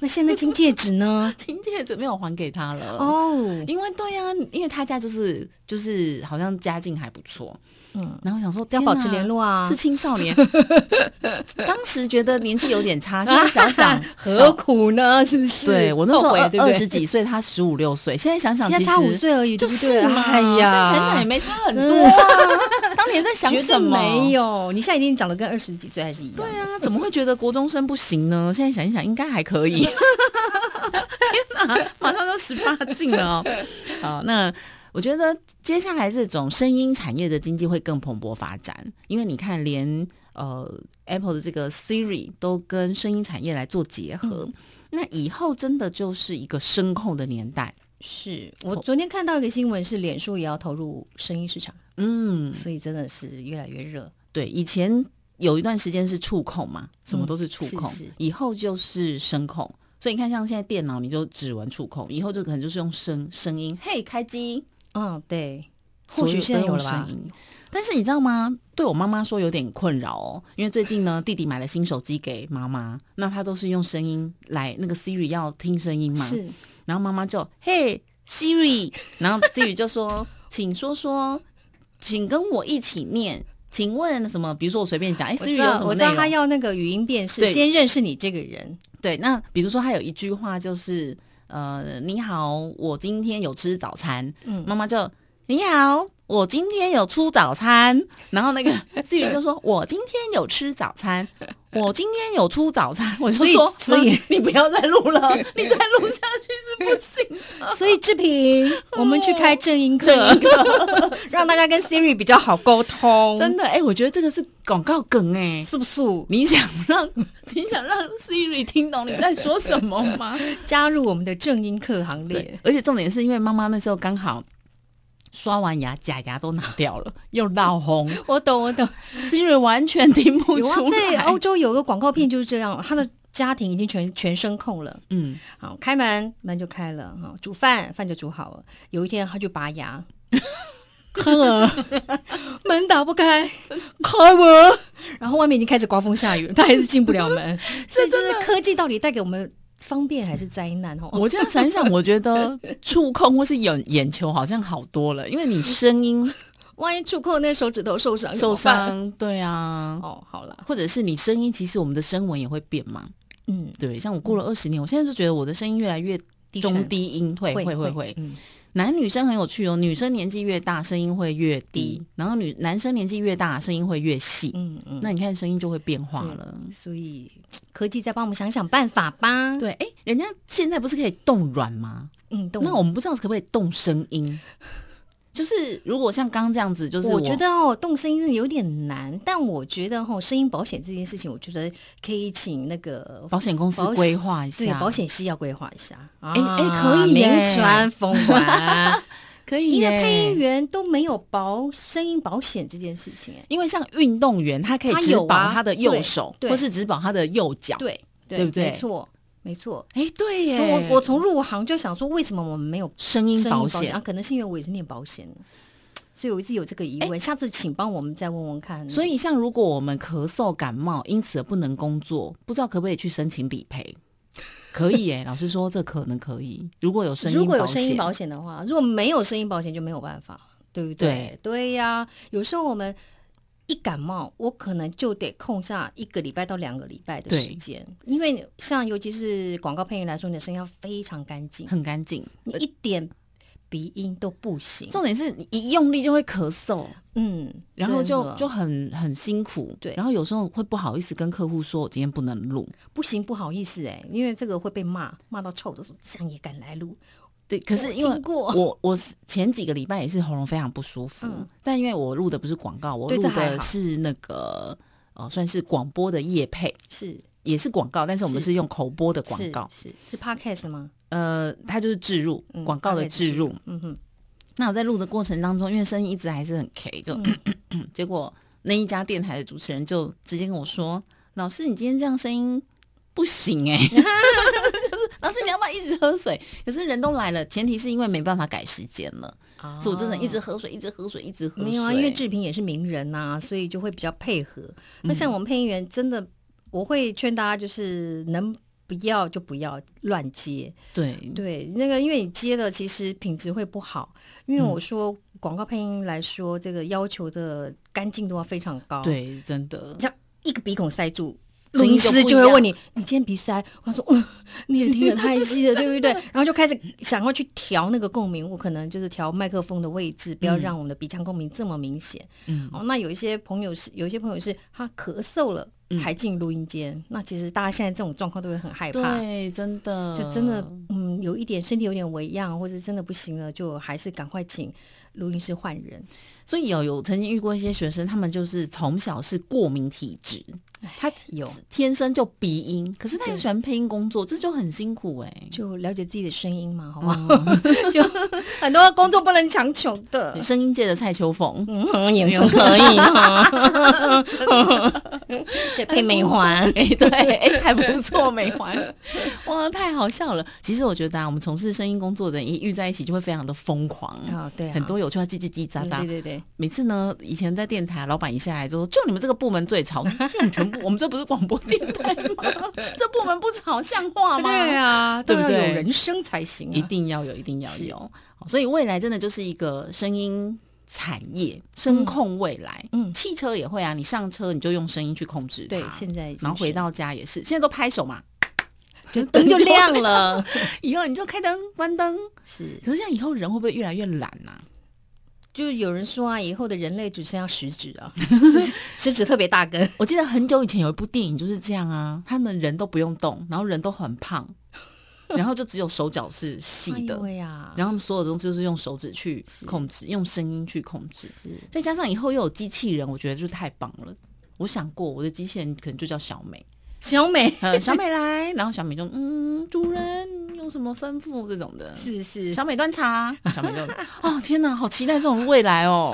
Speaker 2: 那现在金戒指呢
Speaker 1: 金戒指没有还给他了。
Speaker 2: 哦，
Speaker 1: 因为对呀、因为他家就是就是好像家境还不错，
Speaker 2: 嗯，
Speaker 1: 然后想说
Speaker 2: 要保持联、络
Speaker 1: 天
Speaker 2: 啊
Speaker 1: 哪是。青少 年，当时觉得年纪有点 差，现在想想
Speaker 2: 何
Speaker 1: 小
Speaker 2: 苦 呢？是不是？
Speaker 1: 对我那时候
Speaker 2: 后悔对
Speaker 1: 二
Speaker 2: 不
Speaker 1: 二
Speaker 2: 对
Speaker 1: 十，几岁，他十五六岁，现在想想
Speaker 2: 现
Speaker 1: 其
Speaker 2: 在
Speaker 1: 实
Speaker 2: 差五岁而已，
Speaker 1: 就
Speaker 2: 对不
Speaker 1: 是
Speaker 2: 对
Speaker 1: 嘛，
Speaker 2: 哎
Speaker 1: 现
Speaker 2: 呀，
Speaker 1: 在想想也没差很
Speaker 2: 真
Speaker 1: 多啊，当年在想
Speaker 2: 绝对
Speaker 1: 什么？
Speaker 2: 没有，你现在一定长得跟二十几岁还是一样。对
Speaker 1: 对啊，怎么会觉得国中生不行呢？现在想一想，应该还可以。天哪，马上就十八禁了哦。好，那我觉得接下来这种声音产业的经济会更蓬勃发展，因为你看连，呃 Apple 的这个 Siri 都跟声音产业来做结合。那以后真的就是一个声控的年代，
Speaker 2: 是我昨天看到一个新闻，是脸书也要投入声音市场，
Speaker 1: 嗯，
Speaker 2: 所以真的是越来越热。
Speaker 1: 对，以前有一段时间是触控嘛，什么都是触控，
Speaker 2: 嗯是是
Speaker 1: 以后就是声控。所以你看，像现在电脑，你就指纹触控，以后就可能就是用声声音，嘿，开机。
Speaker 2: 嗯，对，
Speaker 1: 所
Speaker 2: 或
Speaker 1: 有
Speaker 2: 许现在有了
Speaker 1: 都用
Speaker 2: 吧
Speaker 1: 声？音但是你知道吗？对我妈妈说有点困扰哦，因为最近呢，弟弟买了新手机给妈妈，那她都是用声音来，那个 Siri 要听声音嘛，
Speaker 2: 是
Speaker 1: 然后妈妈就嘿 Siri，然 后 Siri 就说，请说说，请跟我一起念，请问什么？比如说我随便讲，哎
Speaker 2: 我
Speaker 1: ，Siri 有
Speaker 2: 知
Speaker 1: 什
Speaker 2: 道，
Speaker 1: 么
Speaker 2: 我知道
Speaker 1: 内容
Speaker 2: 他要那个语音辨识，
Speaker 1: 对
Speaker 2: 先认识你这个人。
Speaker 1: 对，那比如说他有一句话就是，呃，你好，我今天有吃早餐，
Speaker 2: 嗯
Speaker 1: 妈妈就你好。我今天有出早餐， 然后那个思雨就说：“我今天有吃早餐，我今天有出早餐。”我就
Speaker 2: 所以
Speaker 1: 说：“
Speaker 2: 所以
Speaker 1: 妈 你不要再录了，你再录下去是不行。
Speaker 2: 所以志平，我们去开正 音课， 让大家跟 Siri 比较好沟通”，
Speaker 1: 嗯真的，哎、我觉得这个是广告梗哎、
Speaker 2: 是不是？
Speaker 1: 你想让 你想让 Siri 听懂你在说什 么
Speaker 2: 哦
Speaker 1: 吗？
Speaker 2: 加入我们的正音课行
Speaker 1: 对
Speaker 2: 列，，
Speaker 1: 而且重点是因为妈妈那时候刚好刷完牙，假牙都拿掉 了，又闹红
Speaker 2: 我懂，我懂。
Speaker 1: ，Siri 完全听不
Speaker 2: 有啊，
Speaker 1: 出
Speaker 2: 在
Speaker 1: 来。
Speaker 2: 欧洲有个广告片就是这样， 他的家庭已经全全声控了。
Speaker 1: 嗯，
Speaker 2: 好，开门门就开了哈，煮饭饭就煮好了。有一天他去拔 牙，呵， 门打不开，开门，然后外面已经开始刮风下雨，他还是进不了门。 所以这是科技到底带给我们方便还是灾难？哦，
Speaker 1: 我这样想一想，我觉得触控或是眼眼球好像好多了，因为你声音
Speaker 2: 万一触控那手指头受伤，
Speaker 1: 受
Speaker 2: 怎么办
Speaker 1: 伤，对啊，
Speaker 2: 哦，好了，
Speaker 1: 或者是你声音，其实我们的声纹也会变嘛。
Speaker 2: 嗯，
Speaker 1: 对，像我过了二十年，我现在就觉得我的声音越来越
Speaker 2: 低
Speaker 1: 中
Speaker 2: 沉
Speaker 1: 低音，会会会会，
Speaker 2: 嗯，
Speaker 1: 男女生很有趣哦，女生年纪越大，声音会越低
Speaker 2: 低，
Speaker 1: 然后女男生年纪越大，声音会越细。
Speaker 2: 嗯嗯，
Speaker 1: 那你看声音就会变化
Speaker 2: 对
Speaker 1: 了。
Speaker 2: 所以科技再帮我们想想办法吧。
Speaker 1: 对，哎，人家现在不是可以动软吗？
Speaker 2: 嗯，懂。
Speaker 1: 那我们不知道可不可以动声音。 就是如果像刚刚这样子，就是我
Speaker 2: 我觉得哦，动声音真的有点难，但我觉得哦，声音保险这件事情，我觉得可以请那个
Speaker 1: 保险公司
Speaker 2: 保险
Speaker 1: 规划一下，
Speaker 2: 对保险系要规划一下。哎
Speaker 1: 哎可以
Speaker 2: 名
Speaker 1: 耶
Speaker 2: 传 风华，
Speaker 1: 可以
Speaker 2: 因为
Speaker 1: 耶
Speaker 2: 配音员都没有保声音保险这件事情，哎，
Speaker 1: 因为像运动员，他可以
Speaker 2: 他
Speaker 1: 只
Speaker 2: 有
Speaker 1: 保
Speaker 2: 啊
Speaker 1: 他的右手，
Speaker 2: 对对
Speaker 1: 或是只保他的右脚。，
Speaker 2: 对
Speaker 1: 对
Speaker 2: 对
Speaker 1: 不对
Speaker 2: 没错，没错。
Speaker 1: 哎，对
Speaker 2: 从
Speaker 1: 耶，
Speaker 2: 我我从入行就想说，为什么我们没有
Speaker 1: 声音
Speaker 2: 声音
Speaker 1: 保
Speaker 2: 保
Speaker 1: 险
Speaker 2: 啊？可能是因为我也是念保险的，所以我一直有这个疑问。下次请帮我们再问问看。
Speaker 1: 所
Speaker 2: 以
Speaker 1: 以，像如果我们咳嗽、感冒，因此而不能工作，不知道可不可以去申请理赔？可以耶、老师说这可能可以。如果有声音保险，
Speaker 2: 如果有声音保险的话，如果没有声音保险就没有办法，对不对？对呀、有时候我们一感冒，我可能就得空下一个礼拜到两个礼拜的
Speaker 1: 对
Speaker 2: 时间，因为像尤其是广告配音来说，你的声音要非常干净，
Speaker 1: 很干净，
Speaker 2: 你一点鼻音都不行。
Speaker 1: 重点是你一用力就会咳嗽，
Speaker 2: 嗯，
Speaker 1: 然后
Speaker 2: 真
Speaker 1: 就
Speaker 2: 的
Speaker 1: 就很很辛苦。
Speaker 2: 对
Speaker 1: 然后有时候会不好意思跟客户说，我今天不能录。
Speaker 2: 不行，不好意思哎、因为这个会被骂，骂到臭的说这样也敢来录，
Speaker 1: 对，可是
Speaker 2: 我
Speaker 1: 因为
Speaker 2: 听过
Speaker 1: 我我是前几个礼拜也是喉咙非常不舒服，
Speaker 2: 嗯
Speaker 1: 但因为我录的不是广告，我
Speaker 2: 对
Speaker 1: 录
Speaker 2: 这还
Speaker 1: 的
Speaker 2: 好
Speaker 1: 是那个呃算是广播的业配。
Speaker 2: 是
Speaker 1: 也是广告，但是我们
Speaker 2: 是
Speaker 1: 是用口播的广
Speaker 2: 是
Speaker 1: 告。
Speaker 2: 是是 podcast 吗？
Speaker 1: 呃，它就是置入
Speaker 2: 嗯
Speaker 1: 广告的置入。
Speaker 2: 嗯哼，嗯
Speaker 1: 那我在录的过程当中，因为声音一直还是很 K，就、结果那一家电台的主持人就直接跟我说：“老师，你今天这样声音不行哎、 就是 老师你要不要一直喝水？可是人都来了，前提是因为没办法改时间了，所以我真的一直喝水，一直喝水，一直喝水。
Speaker 2: 没有啊，因为志平也是名人呐、所以就会比较配合。
Speaker 1: 嗯
Speaker 2: 那像我们配音员，真的我会劝大家，就是能不要就不要乱接。
Speaker 1: 对
Speaker 2: 对，那个因为你接了，其实品质会不好。因为
Speaker 1: 嗯
Speaker 2: 我说广告配音来说，这个要求的干净度要非常高。，
Speaker 1: 对，真的
Speaker 2: 这样一个鼻孔塞住。录
Speaker 1: 声
Speaker 2: 音
Speaker 1: 音就不一样
Speaker 2: 师就会问你：“你今天鼻塞？”我说：“ 嗯，你也听得太细了，对 不对？”然后就开始想要去调那个共鸣，我可能就是调麦克风的位置，不要让我们的鼻腔共鸣这么明显。
Speaker 1: 嗯
Speaker 2: 哦，那有一些朋友是，有一些朋友是他咳嗽了还进录音间，那其实大家现在这种状况都会很害怕。
Speaker 1: 对，真的
Speaker 2: 就真的，嗯，有一点身体有点微恙，或者真的不行了，就还是赶快请录音师换人。
Speaker 1: 所以有有曾经遇过一些学生，他们就是从小是过敏体质，
Speaker 2: 他有
Speaker 1: 天生就鼻音，可是他又
Speaker 2: 嗯对
Speaker 1: 喜欢配音工作，这就很辛苦哎、
Speaker 2: 就了解自己的声音嘛，
Speaker 1: 哦
Speaker 2: 好不好？ 就很多工作不能强求的
Speaker 1: 你。声音界的蔡秋凤，
Speaker 2: 呃 嗯，眼神可以 哈，对，配美环。
Speaker 1: 哎、 对，哎还不错，美环， 哇，太好笑了。其实我觉得啊，我们从事声音工作的人一遇在一起，就会非常的疯狂。
Speaker 2: 啊，对啊，
Speaker 1: 很多有趣的叽叽叽喳
Speaker 2: 嗯
Speaker 1: 喳
Speaker 2: 对，对对，
Speaker 1: 每次呢，以前在电台，老板一下来就说：“就你们这个部门最吵， 因为你全部我们这不是广播电台吗？ 这部门不吵，像话吗？”
Speaker 2: 对啊，
Speaker 1: 对不
Speaker 2: 都要
Speaker 1: 对
Speaker 2: 有人声才行、啊，
Speaker 1: 一定要有，一定要
Speaker 2: 是
Speaker 1: 有。所以未来真的嗯就是一个声音产业，声控未来。
Speaker 2: 嗯
Speaker 1: 汽车也会啊，你上车你就用声音去控制它。
Speaker 2: 对，现在已经
Speaker 1: 然后回
Speaker 2: 是
Speaker 1: 到家也是，现在都拍手 嘛，
Speaker 2: 就灯就亮了，
Speaker 1: 以后你就开灯关灯。
Speaker 2: 是
Speaker 1: 可是这样以后人会不会越来越懒啊？
Speaker 2: 就有人说啊，以后的人类只剩下食指 啊，就是食指特别大根，
Speaker 1: 我记得很久以前有一部电影就是这样啊，他们人都不用动，然后人都很 胖，然后就只有手脚是细的，
Speaker 2: 对呀，
Speaker 1: 然后他们所有的东西哎就是用手指去
Speaker 2: 是
Speaker 1: 控制，用声音去控制。
Speaker 2: 是
Speaker 1: 再加上以后又有机器人，我觉得就太棒了。我想过我的机器人可能就叫小美，
Speaker 2: 小美
Speaker 1: 呃，小美来，然后小美就嗯，主人有什么吩咐这种的。
Speaker 2: 是是，
Speaker 1: 小美端茶，小美就哦天哪，好期待这种未来哦！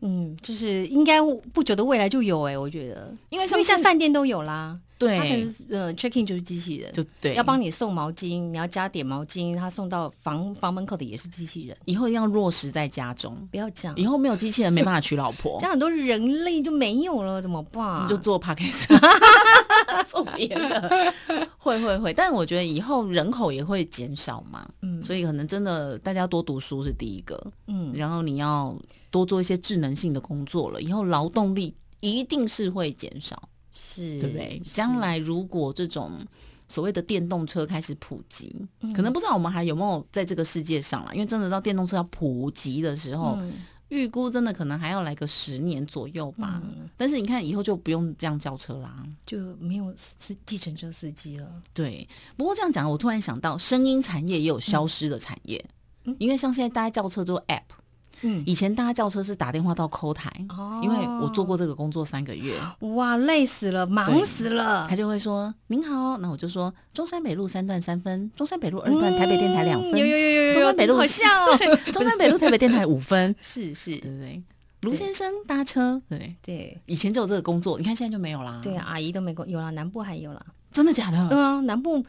Speaker 2: 嗯，就是应该不久的未来就有哎、我觉得，
Speaker 1: 因为
Speaker 2: 因
Speaker 1: 像
Speaker 2: 为
Speaker 1: 现
Speaker 2: 像饭店都有啦，它可
Speaker 1: 对
Speaker 2: 能，是呃 check in 就是机器人，
Speaker 1: 就对，
Speaker 2: 要帮你送毛巾，你要加点毛巾，他送到房房门口的也是机器人，
Speaker 1: 以后一定要落实在家中，
Speaker 2: 不要讲，
Speaker 1: 以后没有机器人没办法娶老婆
Speaker 2: 这，样很啊多人类就没有了，怎么办？
Speaker 1: 你就做 p o d c a s t 做别的，会会会。但我觉得以后人口也会减少嘛，
Speaker 2: 嗯
Speaker 1: 所以可能真的大家多读书是第一个，
Speaker 2: 嗯，
Speaker 1: 然后你要多做一些智能性的工作了，以后劳动力一定是会减少，
Speaker 2: 是，
Speaker 1: 对不对？
Speaker 2: 嗯是
Speaker 1: 将来如果这种所谓的电动车开始普及，
Speaker 2: 嗯
Speaker 1: 可能不知道我们还有没有在这个世界上啦，因为真的到电动车要普及的时候，
Speaker 2: 嗯
Speaker 1: 预估真的可能还要来个十年左右吧。
Speaker 2: 嗯
Speaker 1: 但是你看以后就不用这样叫车啦。
Speaker 2: 就没有司计程车司机了，
Speaker 1: 对，不过这样讲，我突然想到，声音产业也有消失的产业，
Speaker 2: 嗯
Speaker 1: 因为像现在大家叫车都 App，
Speaker 2: 嗯，
Speaker 1: 以前大家叫车是打电话到 call 台，
Speaker 2: 哦啊
Speaker 1: 因为我做过这个工作三个月，
Speaker 2: 哇，累死了，忙死了
Speaker 1: 他，就会说您好，那我就说中山北路三段三分，中山北路二段台北电台两
Speaker 2: 嗯
Speaker 1: 分，
Speaker 2: 有有有有有，
Speaker 1: 中山北路
Speaker 2: 好像哦，，
Speaker 1: 中山北路台北电台五分
Speaker 2: 是是，
Speaker 1: 对不对？卢先生搭车，对，
Speaker 2: 对
Speaker 1: 以前就有这个工作，你看现在就没有啦。
Speaker 2: 对，啊，阿姨都没工有啦，南部还有啦，
Speaker 1: 真的假的？
Speaker 2: 对啊，南部，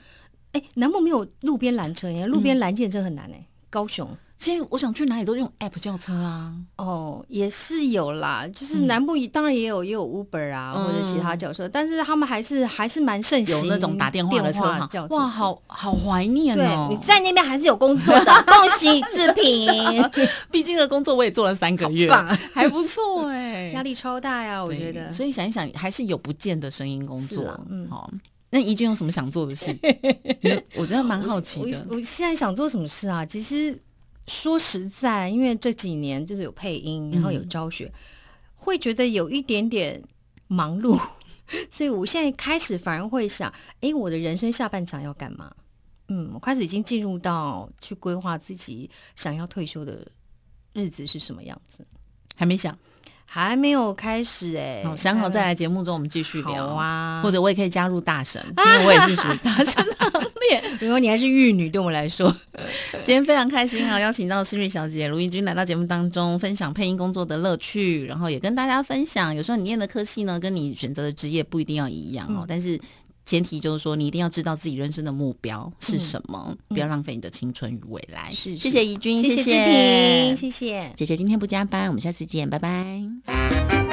Speaker 2: 哎，南部没有路边拦车耶，路边拦建车很难哎，高雄。
Speaker 1: 现在我想去哪里都用 app 叫车啊。
Speaker 2: 哦，也是有啦，就是南部也当然也有也有 Uber 啊，
Speaker 1: 嗯
Speaker 2: 或者其他轿车，但是他们还是还是蛮盛行
Speaker 1: 有那种打电话的车
Speaker 2: 电话
Speaker 1: 哈
Speaker 2: 轿，车
Speaker 1: 哇，好好怀念
Speaker 2: 对
Speaker 1: 哦，！
Speaker 2: 你在那边还是有工作 的，恭喜志平，
Speaker 1: 毕竟的工作我也做了三个月，
Speaker 2: 棒，
Speaker 1: 还不 错哎、
Speaker 2: 压力超大呀，我
Speaker 1: 对
Speaker 2: 觉得。
Speaker 1: 所以想一想，还是有不见的声音工作。
Speaker 2: 是啊嗯
Speaker 1: 好，那怡君有什么想做的 事？我真的蛮好奇的。
Speaker 2: 我我现在想做什么事啊？其实说实在，因为这几年就是有配音，然后
Speaker 1: 嗯
Speaker 2: 有教学，会觉得有一点点忙碌， 所以我现在开始反而会想，诶，我的人生下半场要干嘛？嗯，我开始已经进入到去规划自己想要退休的日子是什么样子，
Speaker 1: 还没想，
Speaker 2: 还没有开始哎、
Speaker 1: 好，哦想好再来节目中我们继续聊
Speaker 2: 好啊
Speaker 1: 或者我也可以加入大神，因为我也是属于大神行列。
Speaker 2: 因为你还是玉女，对我来说，
Speaker 1: 今天非常开心啊，邀请到思瑞小姐卢怡君来到节目当中，分享配音工作的乐趣，然后也跟大家分享，有时候你念的科系呢，跟你选择的职业不一定要一样哦，
Speaker 2: 嗯
Speaker 1: 但是。前提就是说，你一定要知道自己人生的目标是什么，不要浪费你的青春与未来。
Speaker 2: 嗯是
Speaker 1: 谢
Speaker 2: 是
Speaker 1: 谢怡君，
Speaker 2: 谢
Speaker 1: 谢
Speaker 2: 志平，谢谢。
Speaker 1: 姐姐今天不加班，我们下次见，拜拜。